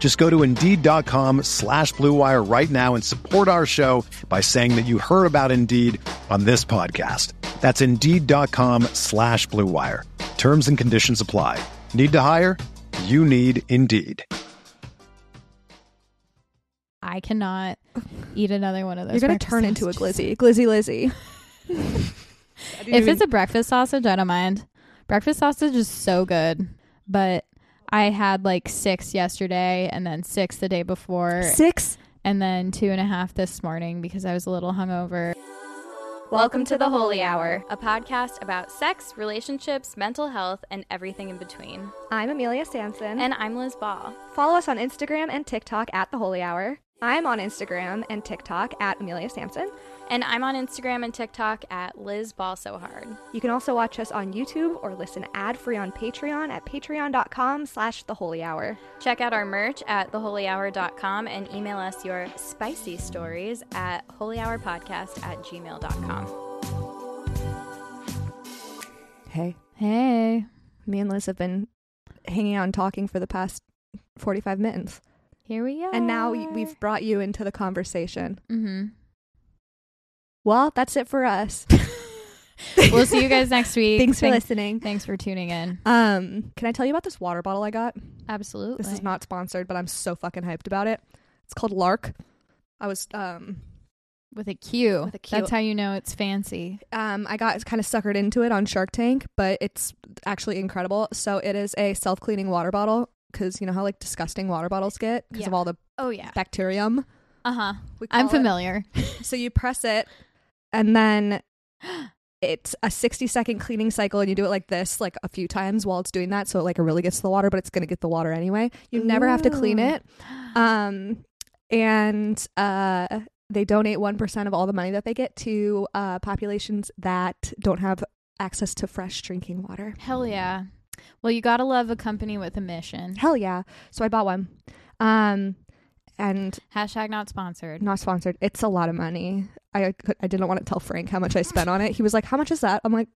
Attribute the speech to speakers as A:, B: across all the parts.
A: Just go to Indeed.com slash BlueWire right now and support our show by saying that you heard about Indeed on this podcast. That's Indeed.com slash BlueWire. Terms and conditions apply. Need to hire? You need Indeed.
B: I cannot eat another one of those.
C: You're gonna
B: breakfast
C: turn into a
B: sausages.
C: glizzy, glizzy Lizzy.
B: If it's a breakfast sausage, I don't mind. Breakfast sausage is so good, but I had like six yesterday, and then six the day before,
C: six,
B: and then two and a half this morning because I was a little hungover.
D: Welcome to the Holy Hour, a podcast about sex, relationships, mental health, and everything in between.
C: I'm Amelia Sanson,
D: And I'm Liz Ball.
C: follow us on Instagram and TikTok at the Holy Hour. I'm on Instagram and TikTok at Amelia Sampson.
D: And I'm on Instagram and TikTok at Liz Ball So Hard.
C: You can also watch us on YouTube or listen ad free on Patreon at patreon.com slash the Holy Hour.
D: Check out our merch at theholyhour.com and email us your spicy stories at holyhourpodcast at gmail.com.
C: Hey,
B: Hey,
C: me and Liz have been hanging out and talking for the past 45 minutes,
B: here we go.
C: and now y- we've brought you into the conversation.
B: hmm
C: Well, that's it for us.
B: We'll see you guys next week.
C: Thanks for
B: Thank-
C: listening.
B: Thanks for tuning in.
C: Um, can I tell you about this water bottle I got?
B: Absolutely.
C: This is not sponsored, but I'm so fucking hyped about it. It's called Lark. I was um
B: with a Q.
C: With a Q.
B: That's how you know it's fancy.
C: um I got kind of suckered into it on Shark Tank, but it's actually incredible. So it is a self-cleaning water bottle cuz you know how like disgusting water bottles get because of
B: Yeah.
C: all the
B: Oh yeah.
C: bacterium.
B: Uh huh.
C: we
B: I'm
C: call it.
B: familiar.
C: So you press it and then it's a 60 second cleaning cycle and you do it like this like a few times while it's doing that so it like it really gets to the water but it's going to get the water anyway. You never have to clean
B: Ooh.
C: it. um and uh they donate 1% of all the money that they get to uh populations that don't have access to fresh drinking water
B: Hell yeah. Well, you gotta love a company with a mission.
C: hell yeah so i bought one um and
B: Hashtag not sponsored.
C: not sponsored it's a lot of money i could, i didn't want to tell frank how much i spent on it he was like how much is that i'm like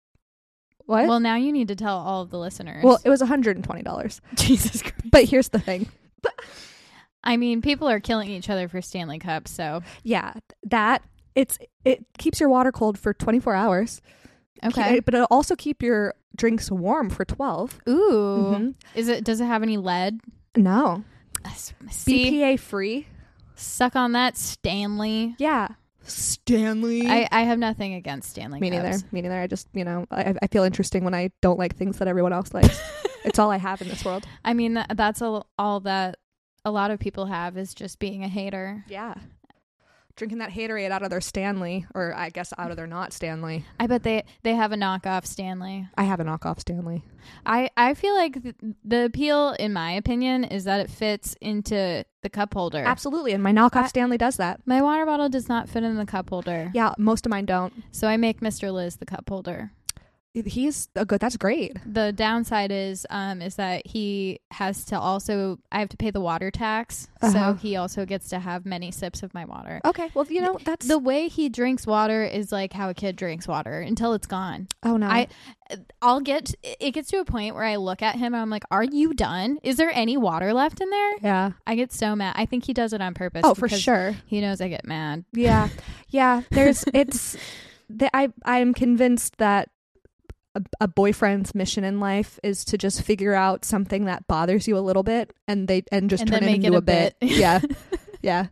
C: what well,
B: Well, now you need to tell all of the listeners.
C: it was $120
B: Jesus Christ.
C: but here's the thing
B: I mean, people are killing each other for Stanley Cups, so
C: yeah that it's it keeps your water cold for 24 hours
B: okay.
C: Ke- but it'll also keep your drinks warm for 12
B: Ooh,
C: Mhm.
B: is it? Does it have any lead?
C: No.
B: See,
C: BPA free?
B: suck on that, Stanley.
C: Yeah. Stanley.
B: I, I have nothing against Stanley
C: me neither.
B: Cups.
C: Me neither. I just, you know, I, I feel interesting when I don't like things that everyone else likes. it's all I have in this world.
B: I mean, tha- that's all, all that a lot of people have is just being a hater.
C: Yeah. Drinking that haterade out of their Stanley, or I guess out of their not Stanley.
B: I bet they they have a knockoff Stanley.
C: I have a knockoff Stanley.
B: I I feel like th- the appeal, in my opinion, is that it fits into the cup holder.
C: Absolutely. And my knockoff
B: I-
C: Stanley does that.
B: My water bottle does not fit in the cup holder.
C: Yeah. Most of mine don't.
B: So I make Mr. Liz the cup holder.
C: He's a good. That's great.
B: The downside is um is that he has to also I have to pay the water tax.
C: Uh-huh.
B: So he also gets to have many sips of my water.
C: Okay. Well, you know, that's.
B: The way he drinks water is like how a kid drinks water until it's gone.
C: oh, no.
B: I I'll get it gets to a point where I look at him and I'm like, "Are you done? Is there any water left in there?"
C: yeah.
B: I get so mad. I think he does it on purpose.
C: Oh, for
B: because
C: sure.
B: He knows I get mad.
C: Yeah, yeah. There's it's. The, I I am convinced that a, a boyfriend's mission in life is to just figure out something that bothers you a little bit, and they and just
B: And
C: turn
B: then
C: it
B: make it
C: into
B: a
C: a bit.
B: bit.
C: yeah, yeah.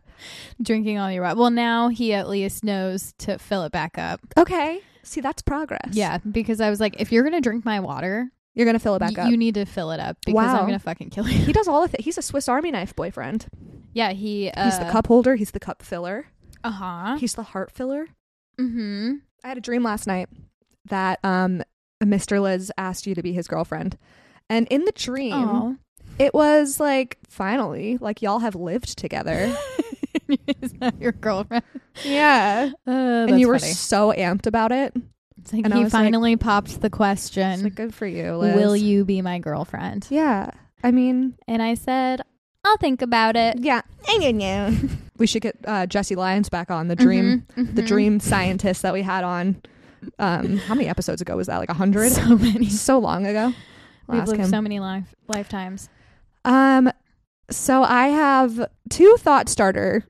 B: Drinking all your water. Well, now he at least knows to fill it back up.
C: Okay, See, that's progress.
B: Yeah, because I was like, if you're gonna drink my water,
C: You're going to fill it
B: y-
C: back up.
B: you need to fill it up because
C: Wow.
B: I'm gonna fucking kill you.
C: he does all of it. He's a Swiss Army knife boyfriend.
B: Yeah, he. Uh,
C: he's the cup holder. He's the cup filler.
B: Uh huh.
C: He's the heart filler.
B: Mm-hmm.
C: I had a dream last night that um, Mr. Liz asked you to be his girlfriend. And in the dream,
B: Oh.
C: it was like, finally, like y'all have lived together.
B: Is that your girlfriend?
C: yeah.
B: Uh,
C: And you were so amped about it.
B: It's like
C: and I
B: he
C: was like-
B: finally popped the
C: It's
B: question.
C: like, good for you, Liz.
B: Will you be my girlfriend?
C: Yeah. I mean,
B: And I said, I'll think about it.
C: yeah. we should get uh, Jesse Lyons back on the dream.
B: Mhm,
C: The
B: mhm.
C: dream scientist that we had on. Um, how many episodes ago was that? Like a hundred?
B: So many.
C: so long ago. I'll
B: We've
C: ask
B: lived
C: him.
B: so many life lifetimes.
C: Um, so I have two thought starter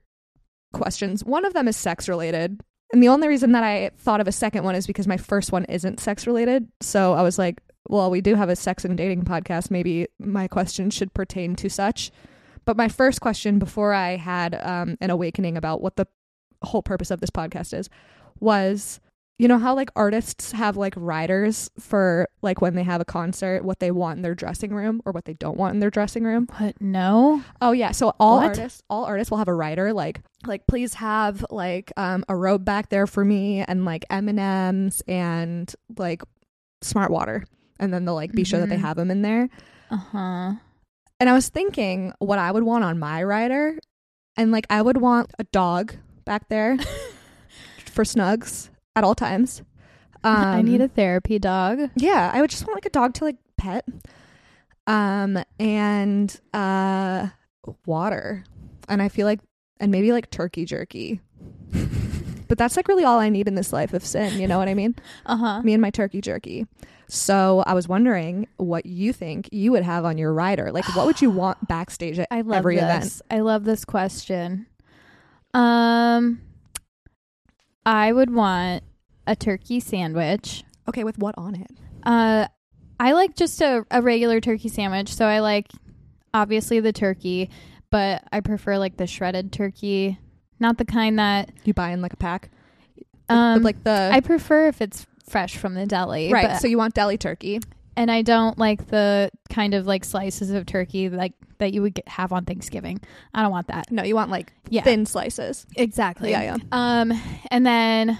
C: questions. One of them is sex related. And the only reason that I thought of a second one is because my first one isn't sex related. So I was like, well, we do have a sex and dating podcast. Maybe my question should pertain to such. But my first question before I had um, an awakening about what the whole purpose of this podcast is was you know how like artists have like riders for like when they have a concert what they want in their dressing room or what they don't want in their dressing room
B: But no.
C: Oh yeah, so all
B: What?
C: artists, all artists will have a writer like like please have like um a robe back there for me and like M&Ms and like smart water and then they'll like be sure that they
B: Mhm.
C: have them in there.
B: Uh
C: Uh-huh.
B: huh.
C: And I was thinking what I would want on my rider and like I would want a dog back there for snugs at all times. Um
B: I need a therapy dog.
C: yeah, I would just want like a dog to like pet. Um and uh water. And I feel like and maybe like turkey jerky. but that's like really all I need in this life of sin, you know what I mean?
B: Uh huh.
C: Me and my turkey jerky. So I was wondering what you think you would have on your rider. Like what would you want backstage at
B: I love
C: every
B: this.
C: event?
B: I love this question. Um, I would want a turkey sandwich.
C: Okay, with what on it?
B: Uh, I like just a, a regular turkey sandwich. So I like obviously the turkey, but I prefer like the shredded turkey, not the kind that
C: You buy in like a pack? Like,
B: um
C: the, like the
B: I prefer if it's fresh from the deli.
C: Right.
B: but-
C: so you want deli turkey.
B: and I don't like the kind of like slices of turkey like that you would get, have on Thanksgiving. I don't want that.
C: No, you want like
B: Yeah.
C: thin slices.
B: Exactly.
C: Yeah, yeah.
B: Um, and then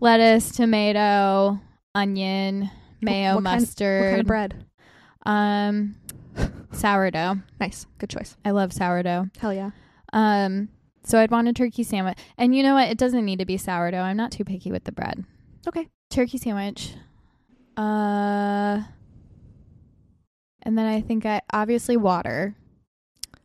B: lettuce, tomato, onion, mayo,
C: What kind-
B: mustard,
C: What kind of bread?
B: um, sourdough.
C: Nice. Good choice.
B: I love sourdough.
C: Hell yeah.
B: Um, so I'd want a turkey sandwich, and you know what? It doesn't need to be sourdough. I'm not too picky with the bread.
C: Okay.
B: Turkey sandwich. Uh, and then I think I obviously water,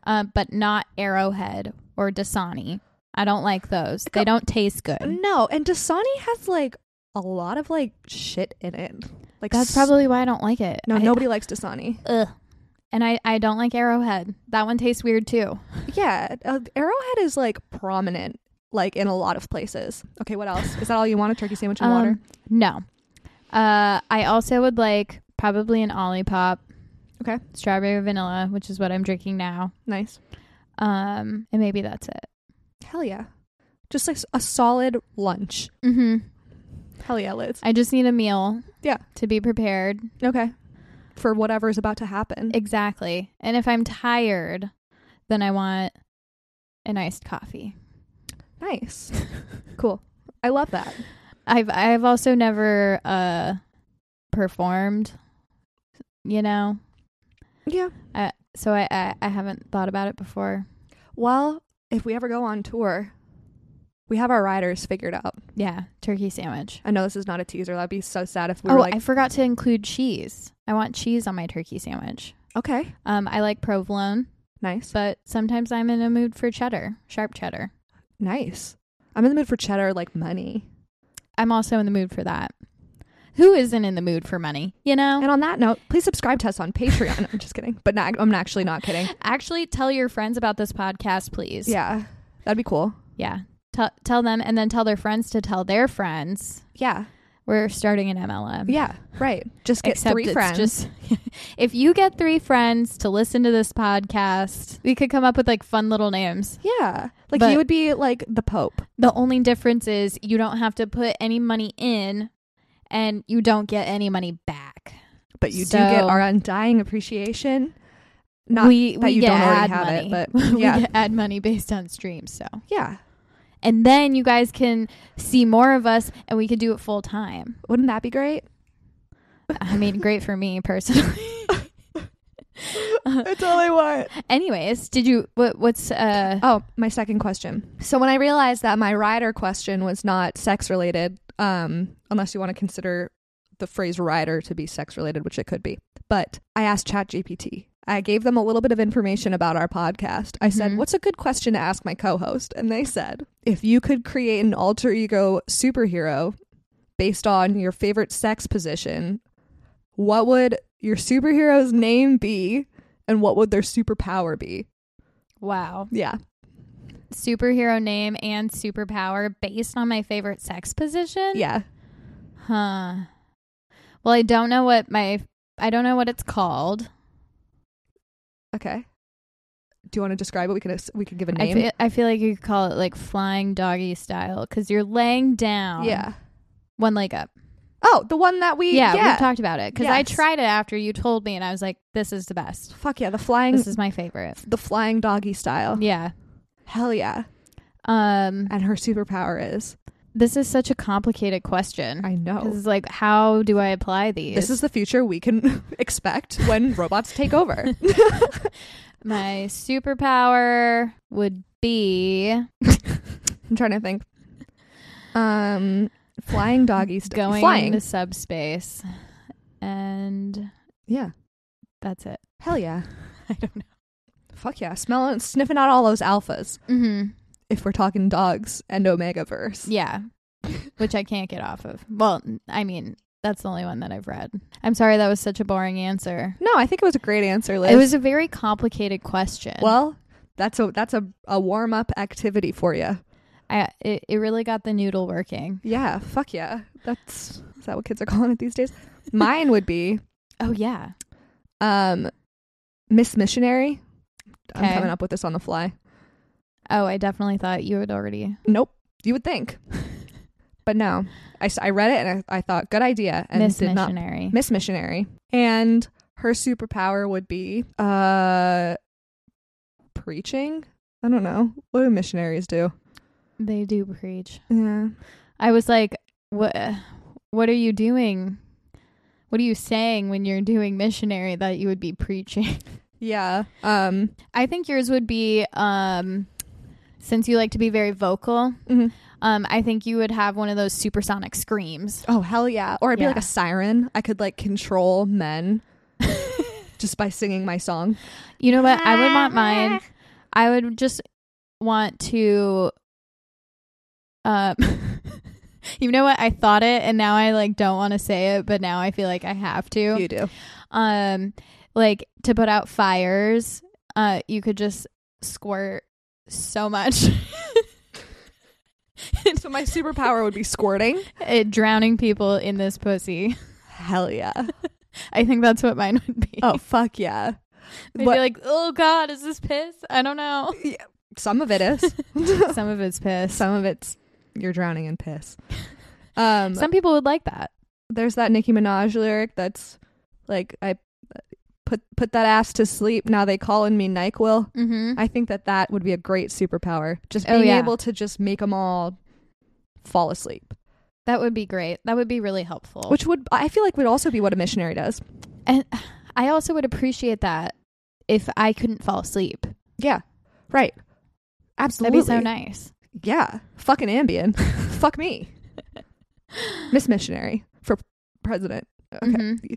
B: uh, but not Arrowhead or Dasani. I don't like those. They don't taste good.
C: Uh, No, and Dasani has like a lot of like shit in it. Like
B: That's
C: s-
B: probably why I don't like it.
C: no.
B: I-
C: nobody likes Dasani.
B: Ugh. And I, I don't like Arrowhead. That one tastes weird too.
C: Yeah, uh, Arrowhead is like prominent, like in a lot of places. Okay, what else? Is that all you want? A turkey sandwich and water.
B: Um, No. Uh, I also would like probably an Ollie Pop.
C: Okay.
B: Strawberry vanilla, which is what I'm drinking now.
C: Nice.
B: Um, and maybe that's it.
C: Hell yeah. Just like s- a solid lunch.
B: Mm-hmm.
C: Hell yeah, Liz.
B: I just need a meal.
C: Yeah.
B: To be prepared.
C: Okay. For whatever is about to happen.
B: Exactly. And if I'm tired, then I want an iced coffee.
C: nice. cool. I love that.
B: I've I've also never uh performed, you know.
C: Yeah.
B: So I, I, I haven't thought about it before.
C: Well, if we ever go on tour, we have our riders figured out.
B: Yeah, turkey sandwich.
C: I know this is not a teaser. That'd be so sad if we
B: oh,
C: were like,
B: I forgot to include cheese. I want cheese on my turkey sandwich.
C: okay,
B: Um, I like provolone,
C: nice,
B: but sometimes I'm in a mood for cheddar, sharp cheddar.
C: nice. I'm in the mood for cheddar, like money.
B: I'm also in the mood for that. Who isn't in the mood for money? You know.
C: And on that note, please subscribe to us on Patreon. I'm just kidding, but not, I'm actually not kidding.
B: Actually, tell your friends about this podcast, please.
C: Yeah, that'd be cool.
B: yeah. Tell tell them, and then tell their friends to tell their friends.
C: Yeah,
B: We're starting an MLM.
C: yeah, right. Just get
B: Except
C: three
B: it's
C: friends.
B: Just if you get three friends to listen to this podcast, we could come up with like fun little names.
C: yeah, like
B: But-
C: you would be like the Pope.
B: The only difference is you don't have to put any money in and you don't get any money back.
C: But you do get
B: So-
C: our undying appreciation. Not
B: we
C: that
B: we
C: you
B: get
C: don't already
B: ad
C: have
B: money.
C: it, but
B: we
C: yeah,
B: get ad money based on streams. So
C: yeah.
B: and then you guys can see more of us, and we could do it full time.
C: Wouldn't that be great?
B: I mean, great for me personally.
C: That's all I want.
B: Anyways, did you what? What's uh?
C: Oh, my second question. So when I realized that my rider question was not sex related, um, unless you want to consider the phrase rider to be sex related, which it could be. But I asked ChatGPT. I gave them a little bit of information about our podcast. I said,
B: Mhm.
C: "What's a good question to ask my co-host?" And they said, "If you could create an alter ego superhero based on your favorite sex position, what would your superhero's name be and what would their superpower be?"
B: Wow,
C: Yeah.
B: superhero name and superpower based on my favorite sex position.
C: Yeah.
B: Huh. Well, I don't know what my I don't know what it's called.
C: Okay. Do you want to describe it? We can we could give a
B: I
C: name.
B: feel, I feel like you could call it like flying doggy style because you're laying down.
C: yeah.
B: One leg up.
C: Oh, the one that we
B: Yeah,
C: yeah.
B: we've talked about it because I
C: Yes.
B: tried it after you told me, and I was like, "This is the best.
C: Fuck yeah, the flying Oh.
B: This is my favorite."
C: the flying doggy style.
B: Yeah.
C: Hell yeah.
B: Um.
C: And her superpower is
B: This is such a complicated question.
C: I
B: This
C: know.
B: is like, how do I apply these?
C: This is the future we can expect when robots take over.
B: my superpower would be
C: I'm trying to think. Um flying doggy style.
B: going
C: flying.
B: into subspace, and
C: yeah.
B: that's it.
C: Hell yeah.
B: I don't know.
C: Fuck yeah. Smelling sniffing out all those alphas
B: hmm
C: if we're talking dogs and omega verse.
B: Yeah, which I can't get off of. Well, I mean, that's the only one that I've read. I'm sorry that was such a boring answer.
C: No, I think it was a great answer, Liz.
B: It was a very complicated question.
C: Well, that's a that's a, a warm up activity for you.
B: I, it, it really got the noodle working.
C: Yeah, fuck yeah. That's is that what kids are calling it these days? Mine would be
B: Oh yeah,
C: um Miss Missionary. I'm
B: Okay.
C: coming up with this on the fly.
B: Oh, I definitely thought you had already.
C: Nope, you would think, but no. I, s- I read it and I, I thought good idea and
B: Miss
C: did not
B: Missionary.
C: Miss Missionary. And her superpower would be uh preaching. I don't know. What do missionaries do?
B: they do preach.
C: Yeah.
B: I was like, what? What are you doing? What are you saying when you're doing missionary that you would be preaching?
C: Yeah. Um
B: I think yours would be, um, since you like to be very vocal,
C: mhm.
B: um, I think you would have one of those supersonic screams.
C: Oh hell yeah! Or I'd be like
B: Yeah.
C: a siren. I could like control men just by singing my song.
B: You know what? I would want mine. I would just want to. Um, you know what? I thought it, and now I like don't want to say it, but now I feel like I have to.
C: You do.
B: um like to put out fires uh you could just squirt so much
C: So my superpower would be squirting.
B: it drowning people in this pussy
C: Hell yeah!
B: i think that's what mine would be
C: Oh fuck yeah!
B: I'd
C: What-
B: be like oh god is this piss i don't know
C: Some of it is.
B: some of it's piss some,
C: Some of it's you're drowning in piss. Um,
B: people would like that
C: there's that Nicki Minaj lyric that's like I put put that ass to sleep. Now they calling me Nyquil.
B: mm-hmm
C: I think that that would be a great superpower. Just
B: Oh,
C: being
B: yeah.
C: able to just make them all fall asleep.
B: that would be great that would be really helpful
C: which would I feel like would also be what a missionary does.
B: and i also would appreciate that if i couldn't fall asleep
C: Yeah, right.
B: that'd
C: Absolutely.
B: be so nice
C: Yeah, fucking Ambien. Fuck me, Miss Missionary for president. Okay,
B: Mhm.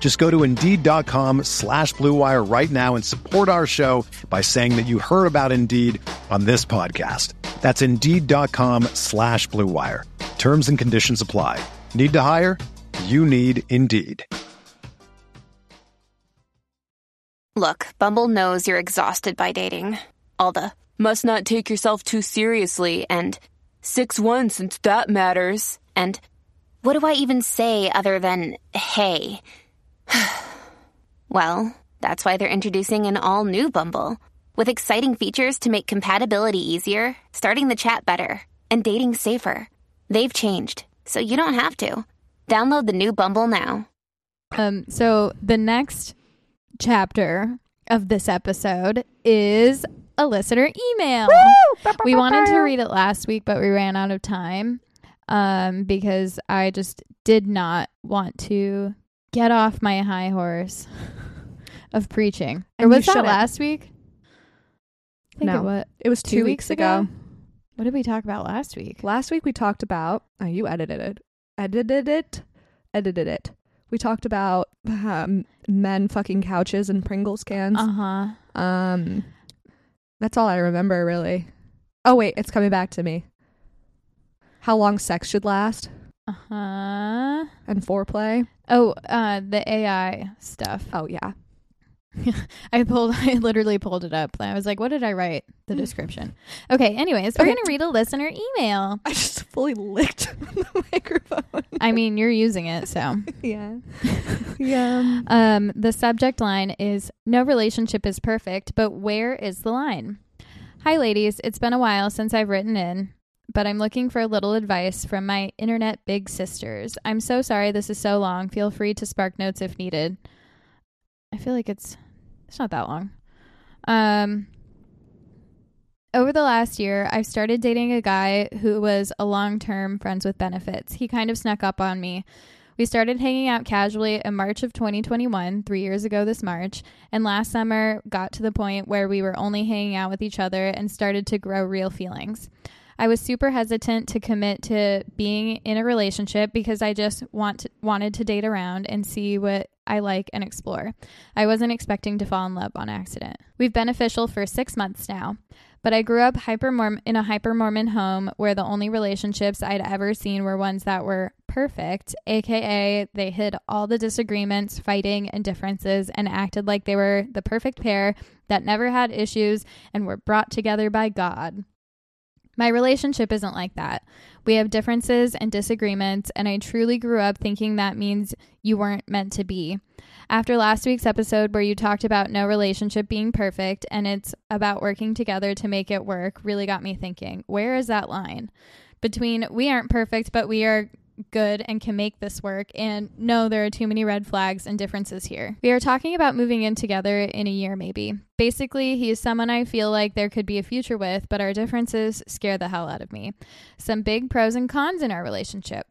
A: Just go to Indeed.com slash Blue Wire right now and support our show by saying that you heard about Indeed on this podcast. That's Indeed.com slash Blue Wire. Terms and conditions apply. Need to hire? You need Indeed.
E: Look, Bumble knows you're exhausted by dating. All the must not take yourself too seriously and 6 1 since that matters. And what do I even say other than hey? well, that's why they're introducing an all new Bumble with exciting features to make compatibility easier, starting the chat better, and dating safer. They've changed, so you don't have to. Download the new Bumble now.
B: Um, so the next chapter of this episode is a listener email. We wanted to read it last week, but we ran out of time um, because I just did not want to get off my high horse of preaching. Or
C: And you
B: was that
C: shouldn't.
B: last week? I think
C: No.
B: it was
C: It was two, weeks, ago.
B: What did we talk about last week?
C: Last week we talked about. Oh, you edited it. Edited it. Edited it. We talked about um, men fucking couches and Pringles cans.
B: Uh huh.
C: Um, that's all I remember really. Oh wait, it's coming back to me. How long sex should last
B: Uh huh.
C: and foreplay.
B: Uh-huh. Oh, uh, the AI stuff.
C: Oh yeah,
B: I pulled, I literally pulled it up. I was like, what did I write? The description. Okay, anyways, we're
C: Okay.
B: going to read a listener email.
C: I just fully licked the microphone.
B: I mean, you're using it, so.
C: yeah, yeah.
B: Um, the subject line is No relationship is perfect, but where is the line? Hi, ladies. It's been a while since I've written in, but I'm looking for a little advice from my internet big sisters. I'm so sorry this is so long. Feel free to spark notes if needed. I feel like it's it's not that long. Um over the last year, I've started dating a guy who was a long-term friends with benefits. He kind of snuck up on me. We started hanging out casually in March of 2021, three years ago this March, and last summer got to the point where we were only hanging out with each other and started to grow real feelings. I was super hesitant to commit to being in a relationship because I just want to, wanted to date around and see what I like and explore. I wasn't expecting to fall in love on accident. We've been official for six months now, but I grew up hyper Mormon in a hyper Mormon home where the only relationships I'd ever seen were ones that were perfect, aka they hid all the disagreements, fighting, and differences and acted like they were the perfect pair that never had issues and were brought together by God. My relationship isn't like that. We have differences and disagreements, and I truly grew up thinking that means you weren't meant to be. After last week's episode, where you talked about no relationship being perfect and it's about working together to make it work, really got me thinking where is that line between we aren't perfect, but we are good and can make this work, and no, there are too many red flags and differences here? We are talking about moving in together in a year, maybe. Basically, he is someone I feel like there could be a future with, but our differences scare the hell out of me. Some big pros and cons in our relationship.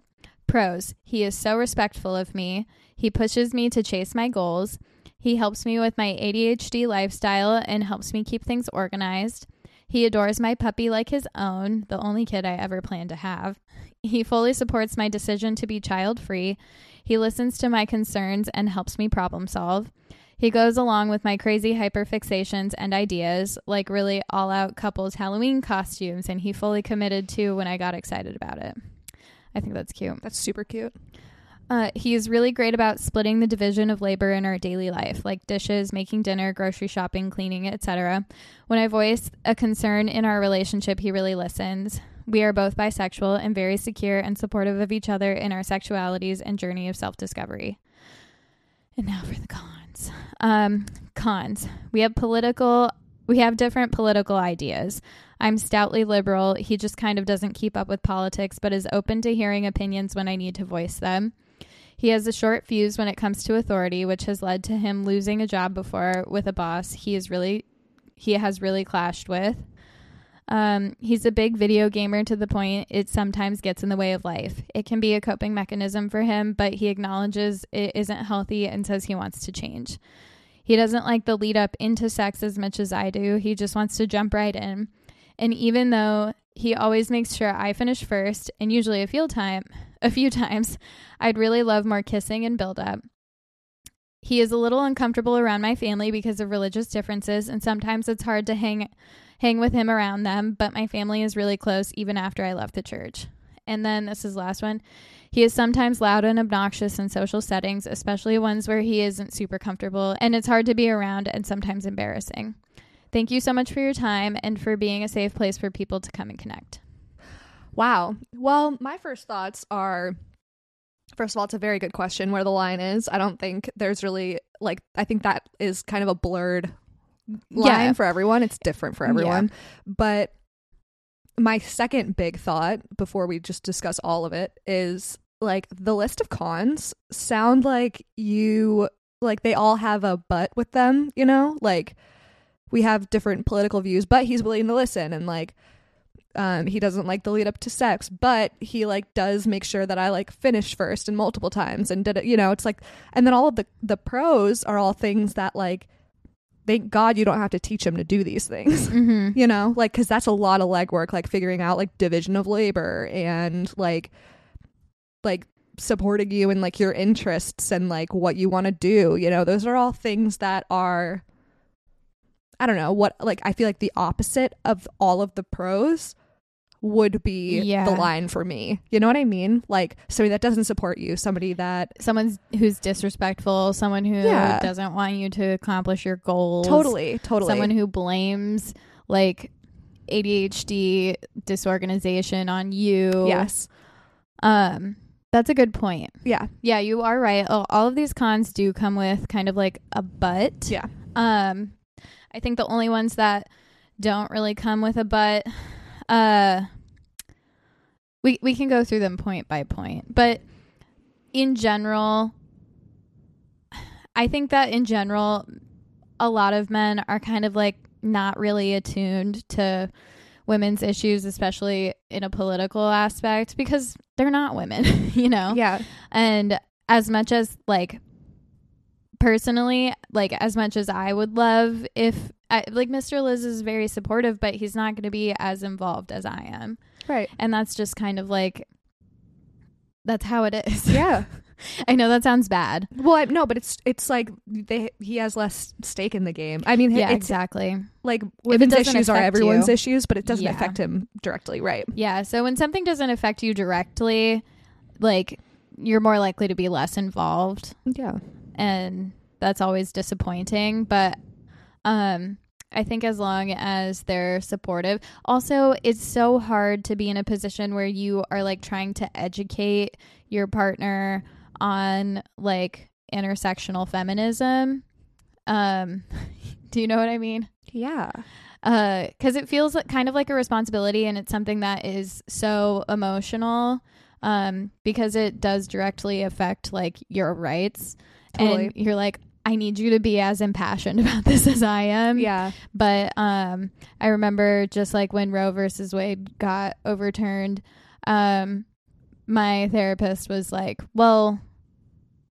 B: Pros He is so respectful of me. He pushes me to chase my goals. He helps me with my ADHD lifestyle and helps me keep things organized. He adores my puppy like his own, the only kid I ever planned to have. He fully supports my decision to be child free. He listens to my concerns and helps me problem solve. He goes along with my crazy hyperfixations and ideas, like really all out couples Halloween costumes, and he fully committed to when I got excited about it. I think that's cute.
C: That's super cute.
B: Uh, he is really great about splitting the division of labor in our daily life, like dishes, making dinner, grocery shopping, cleaning, etc. When I voice a concern in our relationship, he really listens. We are both bisexual and very secure and supportive of each other in our sexualities and journey of self discovery. And now for the cons. Um, cons. We have political. We have different political ideas. I'm stoutly liberal. He just kind of doesn't keep up with politics, but is open to hearing opinions when I need to voice them. He has a short fuse when it comes to authority, which has led to him losing a job before with a boss he is really he has really clashed with. Um, he's a big video gamer to the point it sometimes gets in the way of life. It can be a coping mechanism for him, but he acknowledges it isn't healthy and says he wants to change. He doesn't like the lead up into sex as much as I do. He just wants to jump right in. And even though he always makes sure I finish first, and usually a few time, a few times, I'd really love more kissing and build up. He is a little uncomfortable around my family because of religious differences, and sometimes it's hard to hang hang with him around them, but my family is really close even after I left the church. And then this is the last one. He is sometimes loud and obnoxious in social settings, especially ones where he isn't super comfortable and it's hard to be around and sometimes embarrassing. Thank you so much for your time and for being a safe place for people to come and connect.
C: Wow. Well, my first thoughts are first of all, it's a very good question where the line is. I don't think there's really like I think that is kind of a blurred line
B: Yeah.
C: for everyone. It's different for
B: Yeah.
C: everyone. But my second big thought before we just discuss all of it is like the list of cons sound like you like they all have a but with them, you know? Like we have different political views, but he's willing to listen and like um, he doesn't like the lead up to sex, but he like does make sure that I like finish first and multiple times and did it. You know, it's like, and then all of the the pros are all things that like, thank God you don't have to teach him to do these things.
B: Mm-hmm.
C: You know, like because that's a lot of legwork, like figuring out like division of labor and like, like supporting you and like your interests and like what you want to do. You know, those are all things that are. I don't know what like I feel like the opposite of all of the pros would be
B: Yeah.
C: the line for me. You know what I mean? Like somebody that doesn't support you, somebody that
B: Someone who's disrespectful, someone who
C: Yeah.
B: doesn't want you to accomplish your goals.
C: totally, totally
B: Someone who blames like ADHD disorganization on you.
C: yes,
B: Um, that's a good point.
C: yeah,
B: Yeah, you are right. All, all of these cons do come with kind of like a but.
C: Yeah.
B: Um, I think the only ones that don't really come with a but, uh, we we can go through them point by point, but in general, I think that in general, a lot of men are kind of like not really attuned to women's issues, especially in a political aspect, because they're not women, you know?
C: yeah,
B: And as much as like personally, like as much as I would love if I, like Mr. Liz is very supportive, but he's not going to be as involved as I am.
C: right,
B: And that's just kind of like that's how it is.
C: yeah.
B: I know that sounds bad.
C: Well, I, no, but it's it's like they he has less stake in the game. I mean,
B: Yeah,
C: it's
B: exactly.
C: like women's
B: doesn't
C: issues are
B: affect
C: everyone's
B: you-
C: issues, but it doesn't
B: Yeah.
C: affect him directly, right?
B: Yeah. So when something doesn't affect you directly, like you're more likely to be less involved.
C: Yeah,
B: and that's always disappointing but um i think as long as they're supportive also it's so hard to be in a position where you are like trying to educate your partner on like intersectional feminism um do you know what i mean
C: yeah,
B: uh because it feels like kind of like a responsibility and it's something that is so emotional um because it does directly affect like your rights
C: Totally.
B: and you're like i need you to be as impassioned about this as i am
C: yeah,
B: but um i remember just like when roe versus wade got overturned um my therapist was like well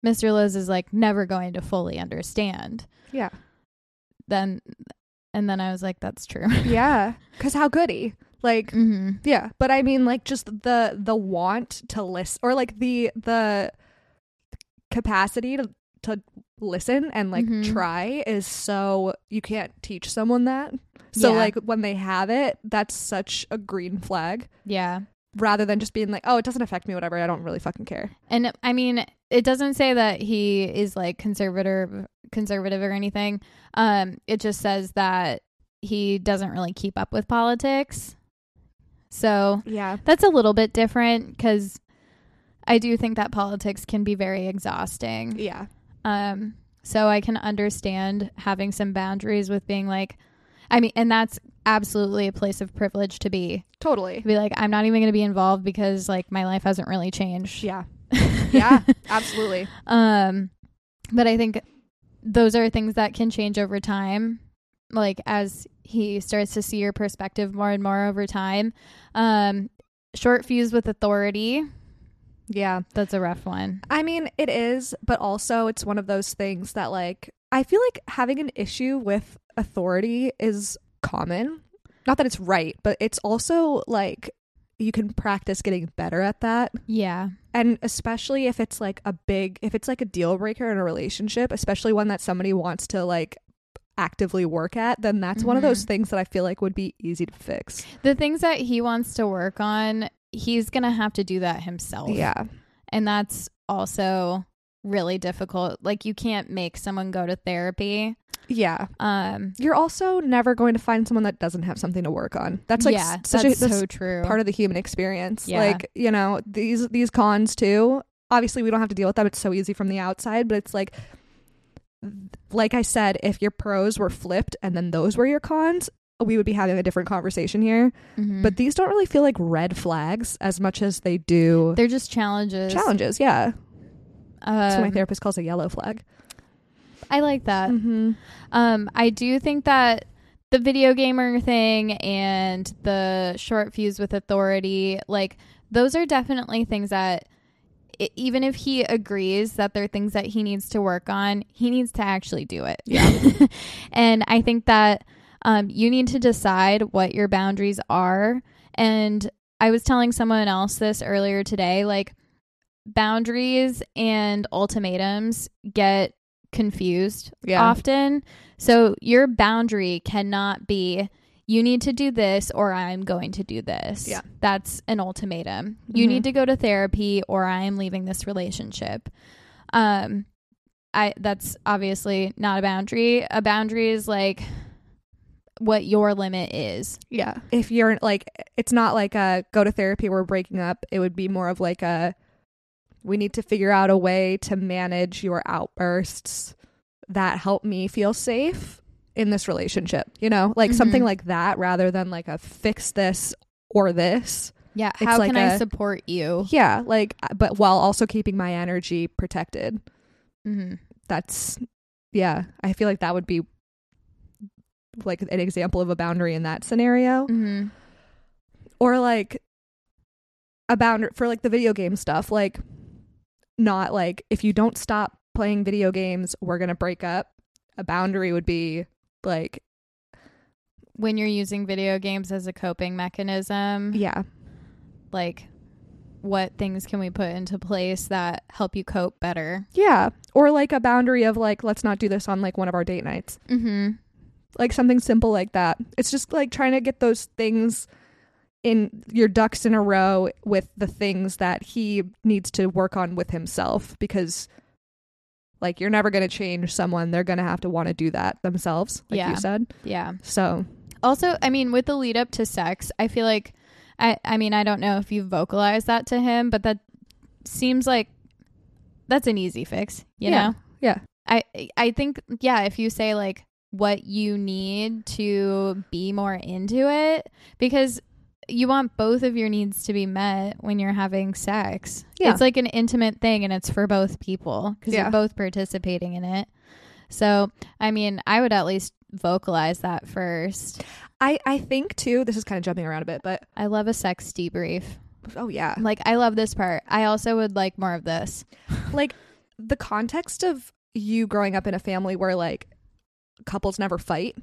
B: mr liz is like never going to fully understand
C: yeah,
B: then and then i was like that's true
C: yeah. Because how good he like
B: mm-hmm.
C: Yeah, but I mean like just the the want to listen or like the the capacity to to listen and like
B: Mhm.
C: try is so you can't teach someone that. So
B: Yeah.
C: like when they have it, that's such a green flag
B: Yeah.
C: rather than just being like, "Oh, it doesn't affect me whatever. I don't really fucking care."
B: And I mean, it doesn't say that he is like conservative conservative or anything. Um it just says that he doesn't really keep up with politics. So,
C: Yeah.
B: that's a little bit different cuz I do think that politics can be very exhausting.
C: Yeah.
B: Um, so I can understand having some boundaries with being like, I mean, and that's absolutely a place of privilege to be.
C: Totally.
B: To be like, I'm not even going to be involved because like my life hasn't really changed.
C: Yeah. Yeah, absolutely.
B: Um, but I think those are things that can change over time, like as he starts to see your perspective more and more over time. Um, short fuse with authority.
C: Yeah.
B: That's a rough one.
C: I mean, it is, but also it's one of those things that like I feel like having an issue with authority is common. Not that it's right, but it's also like you can practice getting better at that.
B: Yeah.
C: And especially if it's like a big if it's like a deal breaker in a relationship, especially one that somebody wants to like actively work at, then that's one of
B: Mhm.
C: those things that I feel like would be easy to fix.
B: The things that he wants to work on, he's going to have to do that himself.
C: Yeah.
B: And that's also really difficult. Like you can't make someone go to therapy.
C: Yeah.
B: Um
C: You're also never going to find someone that doesn't have something to work on. That's like
B: yeah,
C: s- such
B: that's
C: a that's
B: so true.
C: part of the human experience.
B: Yeah.
C: Like, you know, these these cons too. Obviously, we don't have to deal with them. It's so easy from the outside, but it's like like I said, if your pros were flipped and then those were your cons, we would be having a different conversation here.
B: Mhm.
C: But these don't really feel like red flags as much as they do
B: they're just challenges.
C: challenges. Yeah. That's what my
B: Um,
C: therapist calls a yellow flag.
B: I like that.
C: Mm-hmm.
B: Um, I do think that the video gamer thing and the short fuse with authority, like those are definitely things that i even if he agrees that they're things that he needs to work on, he needs to actually do it. Yeah. and I think that um, you need to decide what your boundaries are. And I was telling someone else this earlier today, like boundaries and ultimatums get confused
C: Yeah.
B: often. So your boundary cannot be you need to do this or I'm going to do this.
C: Yeah.
B: That's an ultimatum. You
C: Mhm.
B: need to go to therapy or I am leaving this relationship. Um I that's obviously not a boundary. A boundary is like what your limit is.
C: Yeah. If you're like, it's not like a go to therapy, we're breaking up. It would be more of like a, we need to figure out a way to manage your outbursts that help me feel safe in this relationship, you know, like something
B: Mhm.
C: like that rather than like a fix this or this.
B: Yeah.
C: It's
B: How
C: like
B: can I
C: a-
B: support you?
C: Yeah. Like, uh, but while also keeping my energy protected.
B: hmm
C: That's, yeah. I feel like that would be like an example of a boundary in that scenario.
B: hmm
C: or like a boundary for like the video game stuff like not like if you don't stop playing video games we're gonna break up a boundary would be like
B: When you're using video games as a coping mechanism.
C: yeah
B: like what things can we put into place that help you cope better
C: yeah or like a boundary of like let's not do this on like one of our date nights
B: mm-hmm
C: like something simple like that it's just like trying to get those things in your ducks in a row with the things that he needs to work on with himself because like you're never going to change someone they're going to have to want to do that themselves like
B: Yeah.
C: you said
B: yeah
C: so
B: also i mean with the lead up to sex i feel like i i mean i don't know if you vocalized that to him but that seems like that's an easy fix you
C: Yeah.
B: know
C: Yeah.
B: i i think yeah if you say like what you need to be more into it because you want both of your needs to be met when you're having sex.
C: Yeah.
B: It's like an intimate thing and it's for both people because
C: Yeah.
B: you're both participating in it. So, I mean, I would at least vocalize that first.
C: i i think too this is kind of jumping around a bit but
B: I love a sex debrief.
C: oh yeah
B: Like, I love this part. I also would like more of this.
C: like the context of you growing up in a family where like couples never fight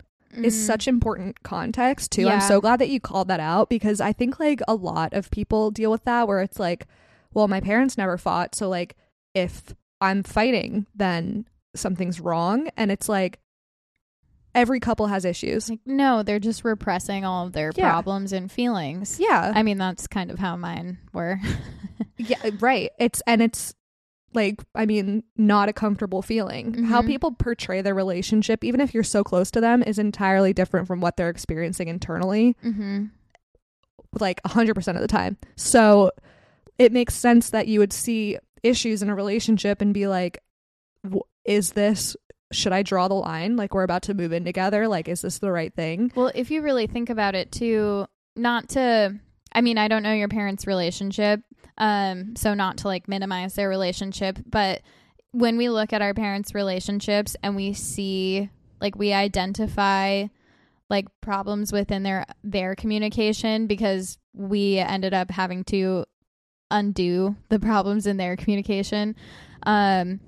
C: is
B: Mm.
C: such important context too.
B: Yeah.
C: I'm so glad that you called that out because I think like a lot of people deal with that where it's like, well, my parents never fought, so like if I'm fighting, then something's wrong and it's like every couple has issues.
B: Like, no, they're just repressing all of their
C: Yeah.
B: problems and feelings.
C: yeah.
B: I mean, that's kind of how mine were.
C: yeah, right. It's and it's like I mean, not a comfortable feeling. How
B: Mhm.
C: people portray their relationship even if you're so close to them is entirely different from what they're experiencing internally.
B: mm-hmm.
C: like 100% of the time. So it makes sense that you would see issues in a relationship and be like, w- is this, should I draw the line? Like, we're about to move in together. Like, is this the right thing?
B: Well, if you really think about it too, not to I mean, I don't know your parents' relationship, um, so not to like minimize their relationship, but when we look at our parents' relationships and we see like we identify like problems within their their communication because we ended up having to undo the problems in their communication um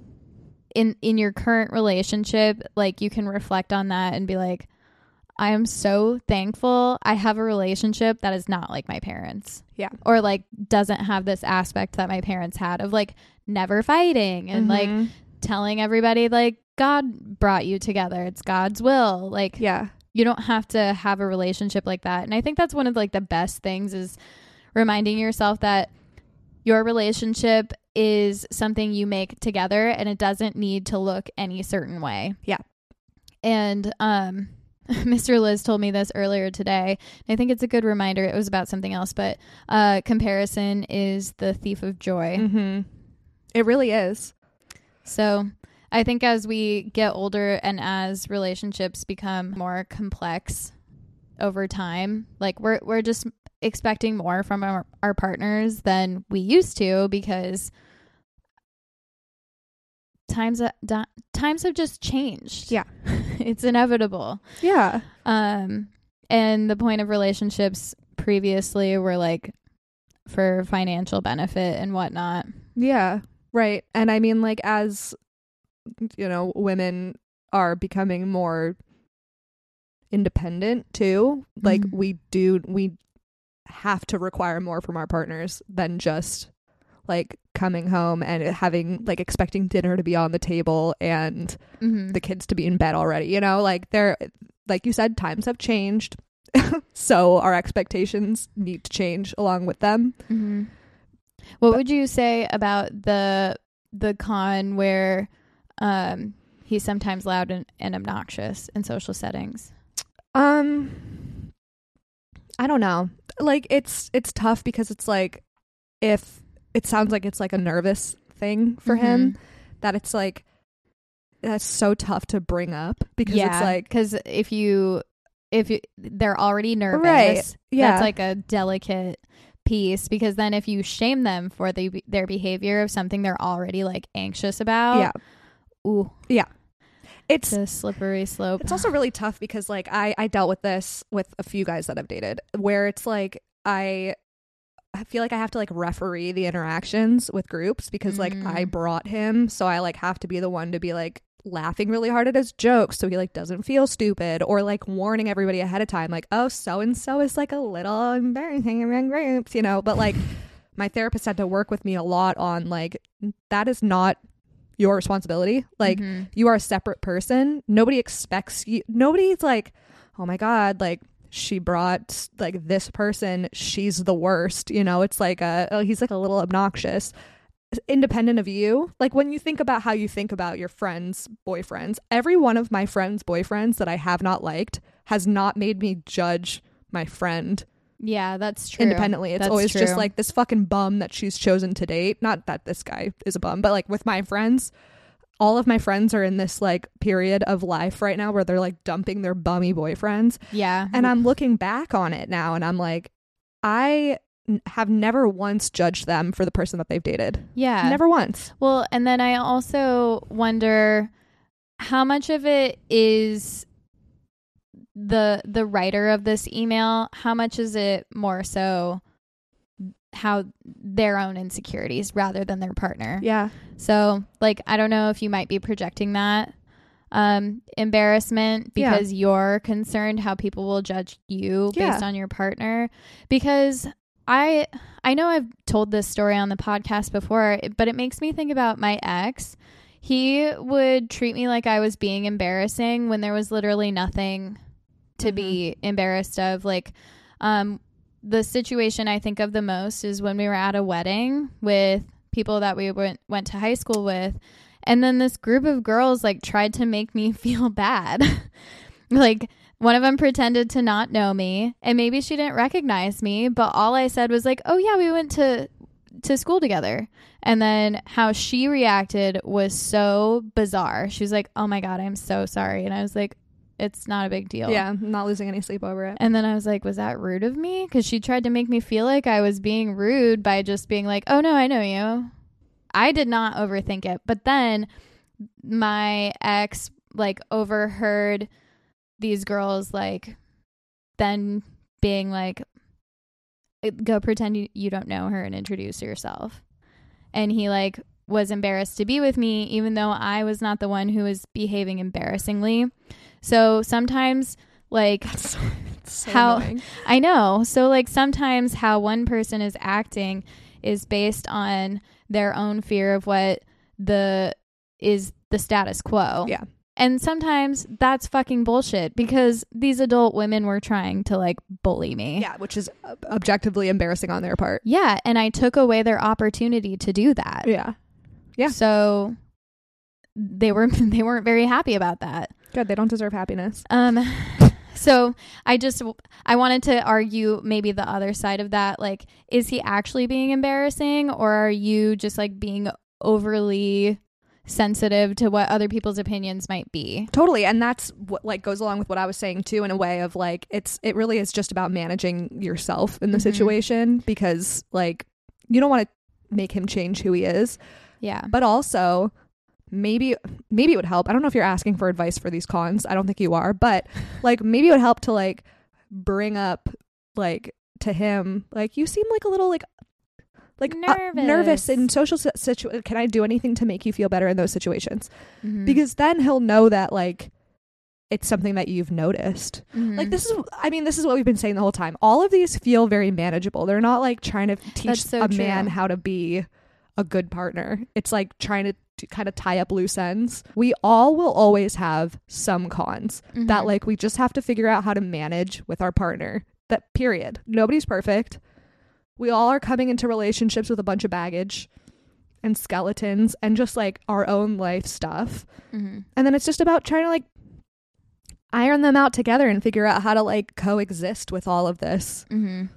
B: in in your current relationship like you can reflect on that and be like i am so thankful i have a relationship that is not like my parents
C: Yeah.
B: or like doesn't have this aspect that my parents had of like never fighting and like telling everybody like god brought you together it's god's will like
C: yeah,
B: you don't have to have a relationship like that and i think that's one of like the best things is reminding yourself that your relationship is something you make together and it doesn't need to look any certain way
C: Yeah.
B: and um Mr. Liz told me this earlier today. And I think it's a good reminder. It was about something else, but uh, comparison is the thief of joy.
C: mm-hmm. it really is.
B: So I think as we get older and as relationships become more complex over time, like we're we're just expecting more from our, our partners than we used to because times ha- di- times have just changed.
C: Yeah.
B: it's inevitable.
C: Yeah,
B: Um, and the point of relationships previously were like for financial benefit and whatnot.
C: yeah, right. And I mean, like as you know, women are becoming more independent too. Like
B: Mhm.
C: we do, we have to require more from our partners than just like coming home and having like expecting dinner to be on the table and
B: Mm-hmm.
C: the kids to be in bed already you know like they're like you said times have changed so our expectations need to change along with them
B: hmm What would you say about the the con where um, he's sometimes loud and, and obnoxious in social settings?
C: um i don't know like it's it's tough because it's like if it sounds like it's like a nervous thing for him
B: Mm-hmm.
C: that it's like that's so tough to bring up because
B: yeah,
C: it's like
B: because if you if you, they're already nervous,
C: yeah
B: that's like a delicate piece. Because then if you shame them for the, their behavior of something they're already like anxious about,
C: yeah
B: ooh,
C: it's
B: it's a slippery slope.
C: It's also really tough because like I I dealt with this with a few guys that I've dated where it's like I I feel like I have to like referee the interactions with groups because like
B: Mm.
C: I brought him so I like have to be the one to be like laughing really hard at his jokes so he like doesn't feel stupid or like warning everybody ahead of time like oh so and so is like a little embarrassing around groups you know but like my therapist had to work with me a lot on like that is not your responsibility like
B: Mhm.
C: you are a separate person. Nobody expects you. Nobody's like, oh my God, like she brought like this person. She's the worst. You know, it's like a, oh, he's like a little obnoxious. Independent of you, like when you think about how you think about your friends' boyfriends, every one of my friends' boyfriends that I have not liked has not made me judge my friend
B: yeah, that's true.
C: independently. It's
B: That's
C: always just
B: true.
C: like this fucking bum that she's chosen to date. Not that this guy is a bum, but like with my friends, all of my friends are in this like period of life right now where they're like dumping their bummy boyfriends.
B: yeah,
C: And I'm looking back on it now and I'm like, I n- have never once judged them for the person that they've dated.
B: yeah,
C: Never once.
B: Well, and then I also wonder how much of it is the the writer of this email, how much is it more so how their own insecurities rather than their partner.
C: Yeah.
B: So, like I don't know if you might be projecting that um embarrassment
C: Yeah.
B: because you're concerned how people will judge you
C: Yeah.
B: based on your partner because I I know I've told this story on the podcast before, but it makes me think about my ex. He would treat me like I was being embarrassing when there was literally nothing to be
C: Mm-hmm.
B: embarrassed of. Like, um, the situation I think of the most is when we were at a wedding with people that we went went to high school with, and then this group of girls like tried to make me feel bad. like one of them pretended to not know me, and maybe she didn't recognize me, but all I said was like, "Oh yeah, we went to to school together." And then how she reacted was so bizarre. She was like, "Oh my god, I'm so sorry." And I was like, "It's not a big deal."
C: Yeah. I'm not losing any sleep over it.
B: And then I was like, was that rude of me? Because she tried to make me feel like I was being rude by just being like, oh no, I know you. I did not overthink it. But then my ex like overheard these girls like then being like, "Uh, go pretend you, you don't know her and introduce yourself. And he like was embarrassed to be with me, even though I was not the one who was behaving embarrassingly. So sometimes, like,
C: So, so
B: How-
C: annoying.
B: I know. So, like, sometimes how one person is acting is based on their own fear of what the is the status quo.
C: Yeah.
B: And sometimes that's fucking bullshit because these adult women were trying to like bully me.
C: Yeah, which is ob- objectively embarrassing on their part.
B: Yeah, and I took away their opportunity to do that.
C: Yeah. Yeah.
B: So they were they weren't very happy about that.
C: Good. They don't deserve happiness.
B: Um, so I just I wanted to argue maybe the other side of that. Like, is he actually being embarrassing, or are you just like being overly sensitive to what other people's opinions might be?
C: Totally. And that's what like goes along with what I was saying too in a way of like it's it really is just about managing yourself in the
B: Mhm.
C: situation because like you don't want to make him change who he is,
B: Yeah,
C: but also maybe maybe it would help. I don't know if you're asking for advice for these cons. I don't think you are, but like maybe it would help to like bring up like to him like you seem like a little like like uh, nervous
B: Nervous.
C: in social si- situ. Can I do anything to make you feel better in those situations?
B: Mhm.
C: because then he'll know that like it's something that you've noticed.
B: Mhm.
C: Like this is I mean this is what we've been saying the whole time. All of these feel very manageable. They're not like trying to teach
B: That's so
C: a
B: true.
C: man how to be a good partner. It's like trying to t- kind of tie up loose ends. We all will always have some cons
B: Mhm.
C: that like we just have to figure out how to manage with our partner. That period. Nobody's perfect. We all are coming into relationships with a bunch of baggage and skeletons and just like our own life stuff
B: Mhm.
C: and then it's just about trying to like iron them out together and figure out how to like coexist with all of this
B: Mhm.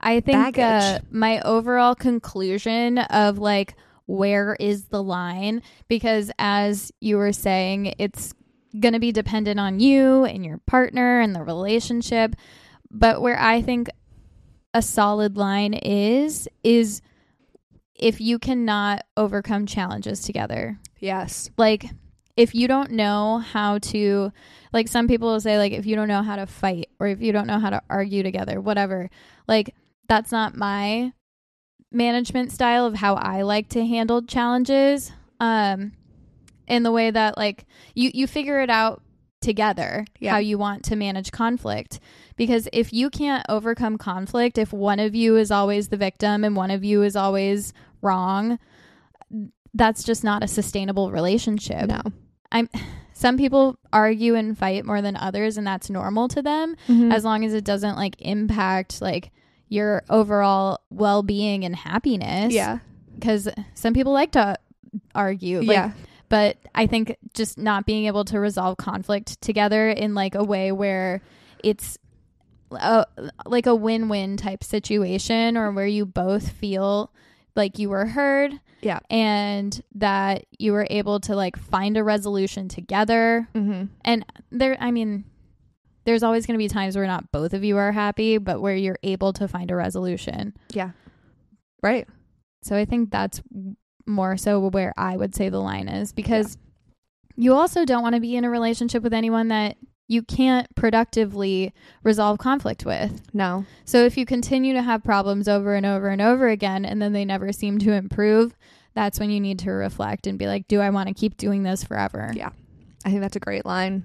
B: I think uh,
C: Baggage.
B: my overall conclusion of like where is the line because as you were saying it's going to be dependent on you and your partner and the relationship but where I think a solid line is is if you cannot overcome challenges together
C: yes
B: like if you don't know how to like some people will say like if you don't know how to fight or if you don't know how to argue together whatever like that's not my management style of how I like to handle challenges um in the way that like you you figure it out together
C: Yeah.
B: how you want to manage conflict because if you can't overcome conflict if one of you is always the victim and one of you is always wrong that's just not a sustainable relationship
C: no
B: some people argue and fight more than others and that's normal to them
C: Mm-hmm.
B: as long as it doesn't like impact like your overall well-being and happiness
C: yeah
B: because some people like to argue like,
C: yeah
B: but i think just not being able to resolve conflict together in like a way where it's a, like a win-win type situation or where you both feel like you were heard
C: Yeah.
B: and that you were able to like find a resolution together
C: mm-hmm.
B: there i mean there's always going to be times where not both of you are happy but where you're able to find a resolution
C: yeah right
B: so i think that's more so where i would say the line is because you also don't want to be in a relationship with anyone that you can't productively resolve conflict with
C: no
B: so if you continue to have problems over and over and over again and then they never seem to improve that's when you need to reflect and be like do i want to keep doing this forever
C: Yeah. i think that's a great line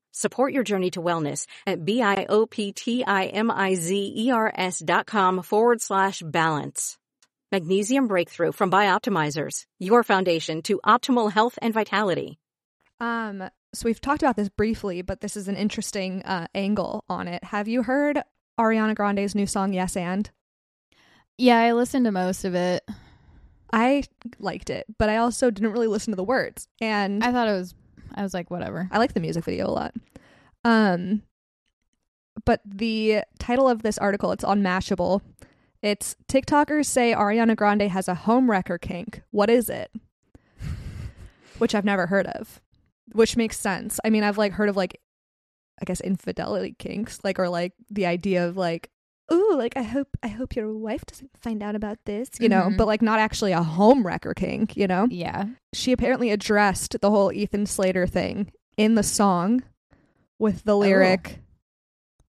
F: Support your journey to wellness at B-I-O-P-T-I-M-I-Z-E-R-S E dot com forward slash balance. Magnesium Breakthrough from Bioptimizers, your foundation to optimal health and vitality.
C: Um, so we've talked about this briefly, but this is an interesting uh, angle on it. Have you heard Ariana Grande's new song "Yes and"?
B: Yeah, I listened to most of it.
C: Mm-hmm. I liked it, but I also didn't really listen to the words, and
B: I thought it was. I was like, whatever.
C: I like the music video a lot. Um, but the title of this article, it's on Mashable. It's TikTokers say Ariana Grande has a home wrecker kink. What is it? Which I've never heard of. Which makes sense. I mean, I've like heard of like, I guess infidelity kinks, like or like the idea of like, ooh, like I hope I hope your wife doesn't find out about this, you know.
B: Mhm.
C: But like not actually a home wrecker kink, you know
B: Yeah.
C: she apparently addressed the whole Ethan Slater thing in the song with
B: Oh.
C: the lyric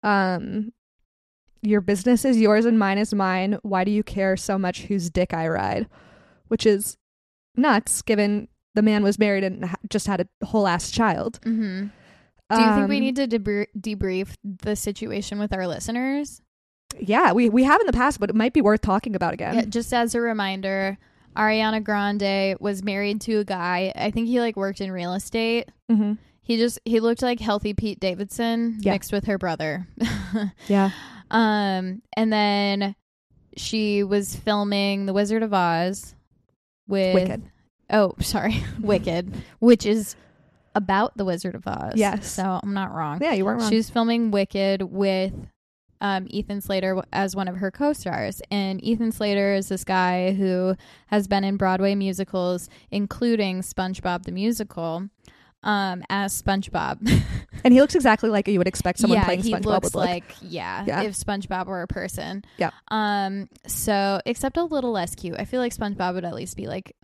C: um your business is yours and mine is mine why do you care so much whose dick I ride which is nuts given the man was married and ha- just had a whole ass child
B: Mm-hmm. Do you think we
C: Um,
B: need to debr- debrief the situation with our listeners?
C: yeah we we have in the past but it might be worth talking about again
B: Yeah, just as a reminder, Ariana Grande was married to a guy. I think he like worked in real estate.
C: Mhm.
B: He just he looked like healthy Pete Davidson
C: Yeah.
B: mixed with her brother.
C: yeah
B: um and then she was filming The Wizard of Oz with
C: wicked
B: Oh, sorry. Wicked, which is about The Wizard of Oz.
C: Yes.
B: So I'm not wrong.
C: yeah you weren't wrong
B: She was filming Wicked with um, Ethan Slater w- as one of her co stars. And Ethan Slater is this guy who has been in Broadway musicals, including SpongeBob the Musical, um, as SpongeBob.
C: and he looks exactly like you would expect someone
B: yeah,
C: playing
B: he
C: SpongeBob
B: looks
C: would look
B: like, yeah,
C: Yeah.
B: if SpongeBob were a person.
C: Yeah.
B: Um, so, except a little less cute. I feel like SpongeBob would at least be like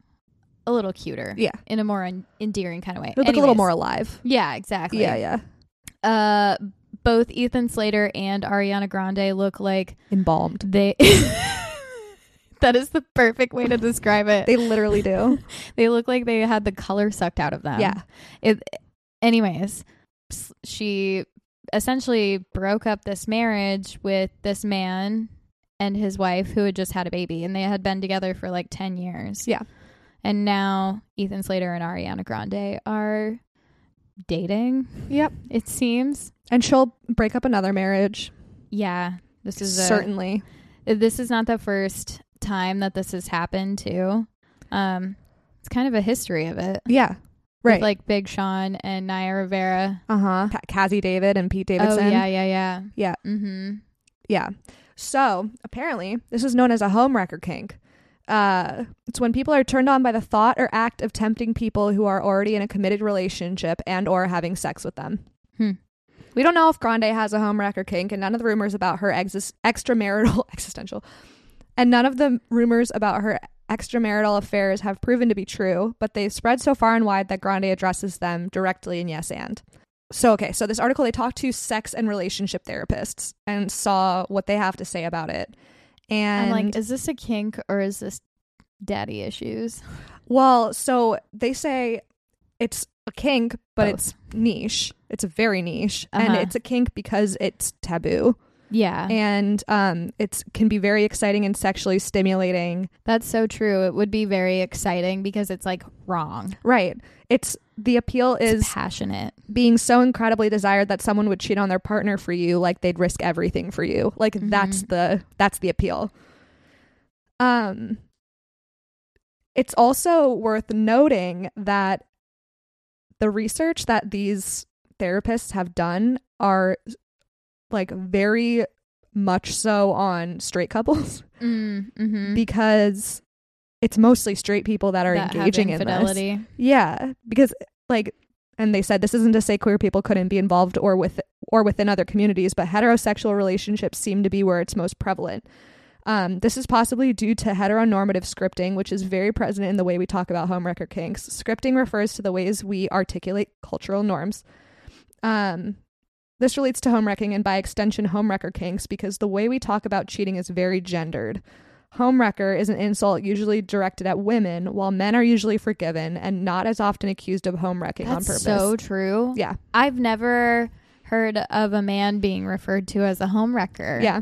B: a little cuter.
C: Yeah.
B: In a more en- endearing kind of way.
C: He'd look a little
B: Anyways.
C: more alive
B: Yeah, exactly.
C: yeah yeah
B: Uh, both Ethan Slater and Ariana Grande look like
C: embalmed
B: they. that is the perfect way to describe it.
C: they literally do
B: They look like they had the color sucked out of them.
C: Yeah.
B: It, anyways, s- she essentially broke up this marriage with this man and his wife who had just had a baby, and they had been together for like 10 years.
C: Yeah.
B: And now Ethan Slater and Ariana Grande are dating,
C: Yep.
B: it seems.
C: And she'll break up another marriage.
B: Yeah. This is a,
C: certainly.
B: this is not the first time that this has happened too. Um, it's kind of a history of it.
C: yeah.
B: with,
C: Right.
B: like Big Sean and Naya Rivera.
C: uh huh. Cassie David and Pete Davidson.
B: Oh yeah, yeah, yeah.
C: Yeah.
B: Mm-hmm.
C: Yeah. So apparently, this is known as a home wrecker kink. Uh, it's when people are turned on by the thought or act of tempting people who are already in a committed relationship and or having sex with them.
B: Hmm.
C: We don't know if Grande has a home wrecker kink, and none of the rumors about her exis- extramarital existential, and none of the rumors about her extramarital affairs have proven to be true. But they've spread so far and wide that Grande addresses them directly in Yes and. So, okay, so this article, they talked to sex and relationship therapists and saw what they have to say about it. And,
B: I'm like, is this a kink or is this daddy issues?
C: well, so they say it's a kink, but
B: Both.
C: it's niche. It's a very niche. And
B: Oh. Uh-huh.
C: it's a kink because it's taboo.
B: Yeah,
C: And um, it can be very exciting and sexually stimulating.
B: that's so true. It would be very exciting because it's like wrong.
C: Right. It's the appeal
B: It's
C: is
B: passionate.
C: being so incredibly desired that someone would cheat on their partner for you like they'd risk everything for you like that's the that's the appeal um it's also worth noting that the research that these therapists have done are like very much so on straight couples
B: Mm-hmm.
C: because it's mostly straight people that are engaging in this.
B: infidelity.
C: Yeah, because like, and they said this isn't to say queer people couldn't be involved or with or within other communities, but heterosexual relationships seem to be where it's most prevalent. Um, this is possibly due to heteronormative scripting, which is very present in the way we talk about homewrecker kinks. Scripting refers to the ways we articulate cultural norms. Um, this relates to homewrecking and by extension homewrecker kinks because the way we talk about cheating is very gendered. Homewrecker is an insult usually directed at women, while men are usually forgiven and not as often accused of homewrecking on
B: That's
C: purpose.
B: so true.
C: yeah,
B: I've never heard of a man being referred to as a homewrecker.
C: yeah.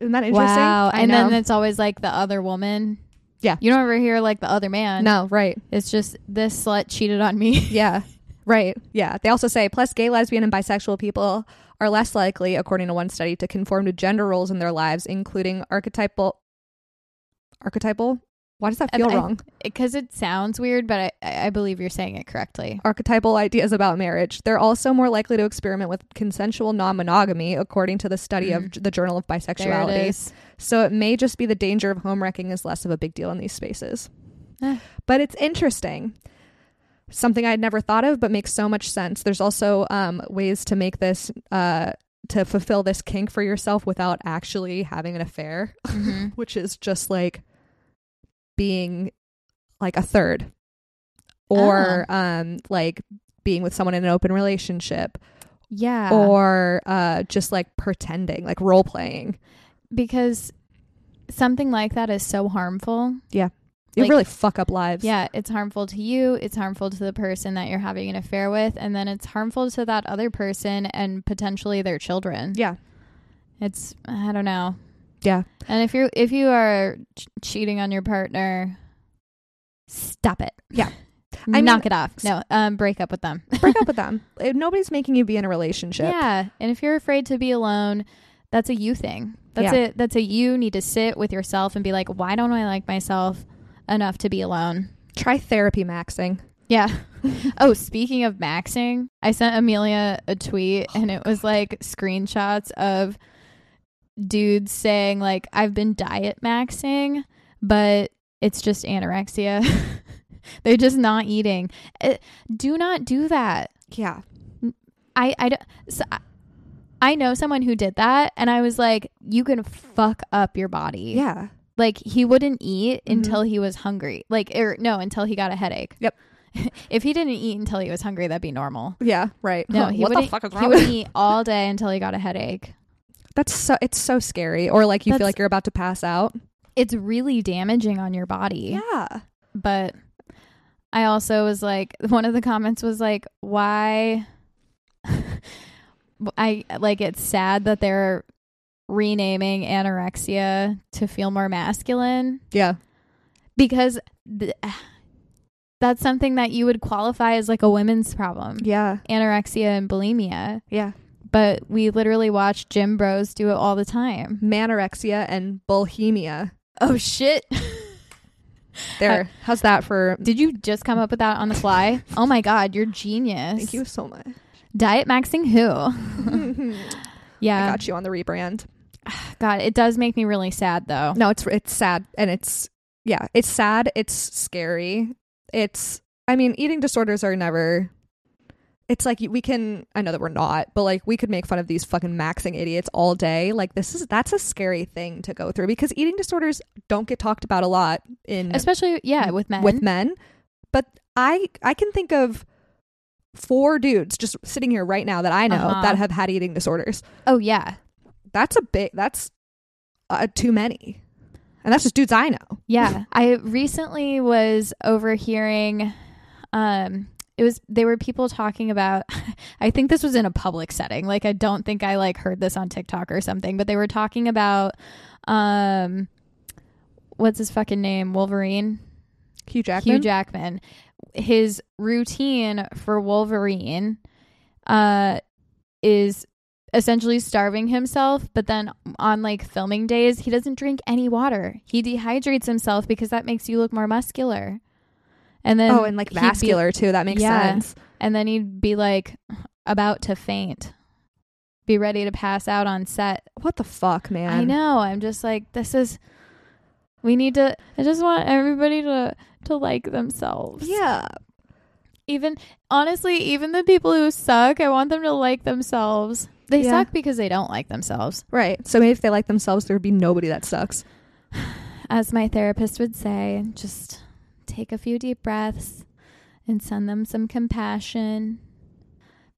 C: Isn't that interesting?
B: Wow.
C: I
B: and
C: know.
B: then it's always like the other woman.
C: Yeah.
B: You don't ever hear like the other man.
C: no, right.
B: It's just this slut cheated on me.
C: Yeah. Right. Yeah. They also say plus gay, lesbian, and bisexual people are less likely, according to one study, to conform to gender roles in their lives, including archetypal archetypal? Why does that feel
B: I-
C: wrong?
B: Because it sounds weird, but I, I believe you're saying it correctly.
C: Archetypal ideas about marriage. They're also more likely to experiment with consensual non monogamy, according to the study of j- the Journal of
B: Mm-hmm. There
C: Bisexuality.
B: it is.
C: So it may just be the danger of homewrecking is less of a big deal in these spaces.
B: Eh.
C: but it's interesting. Something I'd never thought of, but makes so much sense. There's also um, ways to make this, uh, to fulfill this kink for yourself without actually having an affair,
B: Mhm.
C: which is just like being like a third or
B: Ah.
C: um, like being with someone in an open relationship
B: Yeah.
C: or uh, just like pretending, like role playing.
B: because something like that is so harmful.
C: You
B: Like-
C: really fuck up lives.
B: Yeah, it's harmful to you, it's harmful to the person that you're having an affair with, and then it's harmful to that other person and potentially their children.
C: Yeah.
B: It's I don't know.
C: Yeah.
B: And if you if you are ch- cheating on your partner, stop it.
C: Yeah. I mean-
B: Knock it off. No, um break up with them.
C: break up with them. If nobody's making you be in a relationship.
B: Yeah, and if you're afraid to be alone, that's a you thing. That's
C: Yeah.
B: a that's a you need to sit with yourself and be like, why don't I like myself enough to be alone?
C: Try therapy maxing.
B: Yeah. oh, speaking of maxing, I sent Amelia a tweet and it was like screenshots of dudes saying like I've been diet maxing, but it's just anorexia. They're just not eating. It, do not do that.
C: Yeah.
B: I I don't- so I- I know someone who did that and I was like you can fuck up your body.
C: Yeah.
B: Like he wouldn't eat until he was hungry. Like or no, until he got a headache.
C: Mm-hmm. Yep.
B: if he didn't eat until he was hungry, that'd be normal.
C: Yeah. Right.
B: No, he
C: what
B: wouldn't.
C: the fuck is
B: he
C: wrong with
B: wouldn't eat all day until he got a headache.
C: That's so it's so scary. Or like you feel
B: That's-
C: like you're about to pass out.
B: It's really damaging on your body.
C: Yeah.
B: But I also was like, one of the comments was like, why? I like it's sad that they're renaming anorexia to feel more masculine.
C: Yeah.
B: because th- that's something that you would qualify as like a women's problem
C: Yeah.
B: anorexia and bulimia
C: Yeah.
B: but we literally watch gym bros do it all the time
C: Manorexia and bulimia.
B: oh shit
C: There. How's that for
B: did you just come up with that on the fly oh my god you're genius
C: Thank you Oh so much.
B: diet maxing who
C: I
B: yeah
C: got you on the rebrand.
B: god it does make me really sad though
C: No, it's it's sad and it's yeah, it's sad, it's scary. It's I mean, eating disorders are never it's like we can I know that we're not, but like we could make fun of these fucking maxing idiots all day. Like this is that's a scary thing to go through because eating disorders don't get talked about a lot in
B: especially yeah with men
C: with men. But I I can think of four dudes just sitting here right now that I know
B: Uh-huh.
C: that have had eating disorders.
B: oh yeah
C: That's a big that's uh, too many. And that's just dudes I know.
B: Yeah, I recently was overhearing. Um, it was they were people talking about. I think this was in a public setting. Like I don't think I like heard this on TikTok or something, but they were talking about. Um, what's his fucking name? Wolverine.
C: Hugh Jackman.
B: Hugh Jackman. His routine for Wolverine uh, is essentially starving himself, but then on like filming days, he doesn't drink any water. He dehydrates himself because that makes you look more muscular. And then
C: oh, and like
B: he'd be-
C: vascular too. That makes
B: Yeah.
C: sense.
B: and then he'd be like about to faint, be ready to pass out on set.
C: What the fuck, man?
B: I know. I'm just like, this is. We need to. I just want everybody to to like themselves.
C: Yeah.
B: Even honestly, even the people who suck, I want them to like themselves. They
C: Yeah.
B: suck because they don't like themselves.
C: Right. So maybe if they like themselves, there would be nobody that sucks.
B: As my therapist would say, just take a few deep breaths and send them some compassion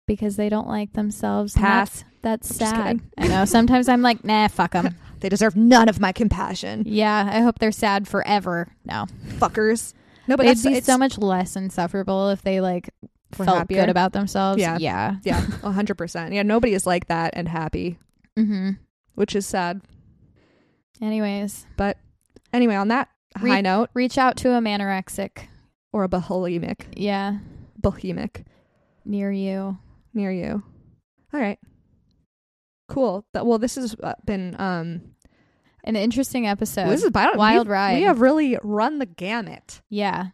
B: because they don't like themselves. And
C: Pass.
B: That's, that's
C: Just
B: sad.
C: kidding.
B: I know. Sometimes I'm like, nah, fuck them.
C: They deserve none of my compassion,
B: yeah, I hope they're sad forever. No.
C: fuckers. No, but
B: They'd
C: it's,
B: be
C: it's
B: so much less insufferable if they like
C: We're
B: felt
C: happier.
B: good about themselves.
C: Yeah.
B: Yeah.
C: yeah, hundred percent. Yeah, nobody is like that and happy,
B: Mm-hmm.
C: which is sad.
B: Anyways,
C: But anyway, on that
B: Re-
C: high note,
B: reach out to a manorexic.
C: or a bohemic,
B: Yeah.
C: bohemic
B: Near you.
C: near you. All right, cool. Th- Well, this has uh, been um,
B: An interesting episode.
C: this is I don't-
B: wild
C: we've-
B: ride.
C: We have really run the gamut.
B: yeah.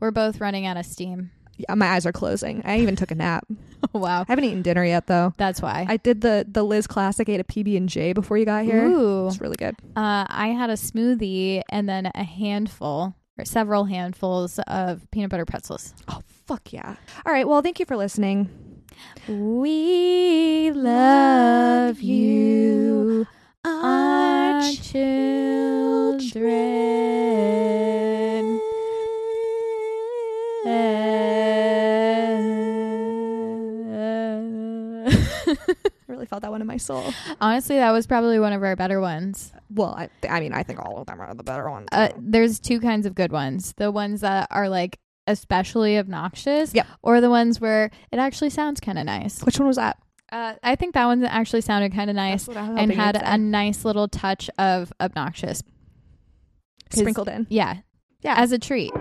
B: We're both running out of steam. Oh,
C: Yeah, my eyes are closing. I even took a nap.
B: wow.
C: I haven't eaten dinner yet though.
B: That's why.
C: I did the the Liz classic. Ate a PB and J before you got here.
B: Ooh.
C: It's really good.
B: Uh, I had a smoothie and then a handful or several handfuls of peanut butter pretzels.
C: Oh fuck yeah! All right. Well, thank you for listening.
B: We love you,
C: our
B: our children.
C: I really felt that one in my soul.
B: Honestly, that was probably one of our better ones.
C: Well, I, I mean, I think all of them are the better ones.
B: Uh, there's two kinds of good ones the ones that are like especially obnoxious,
C: Yep.
B: or the ones where it actually sounds kind of nice.
C: Which one was that?
B: Uh, I think that one actually sounded kind of nice
C: That's what I was
B: and
C: hoping you'd
B: had
C: say.
B: a nice little touch of obnoxious. 'Cause-
C: sprinkled in.
B: Yeah.
C: Yeah.
B: As a treat.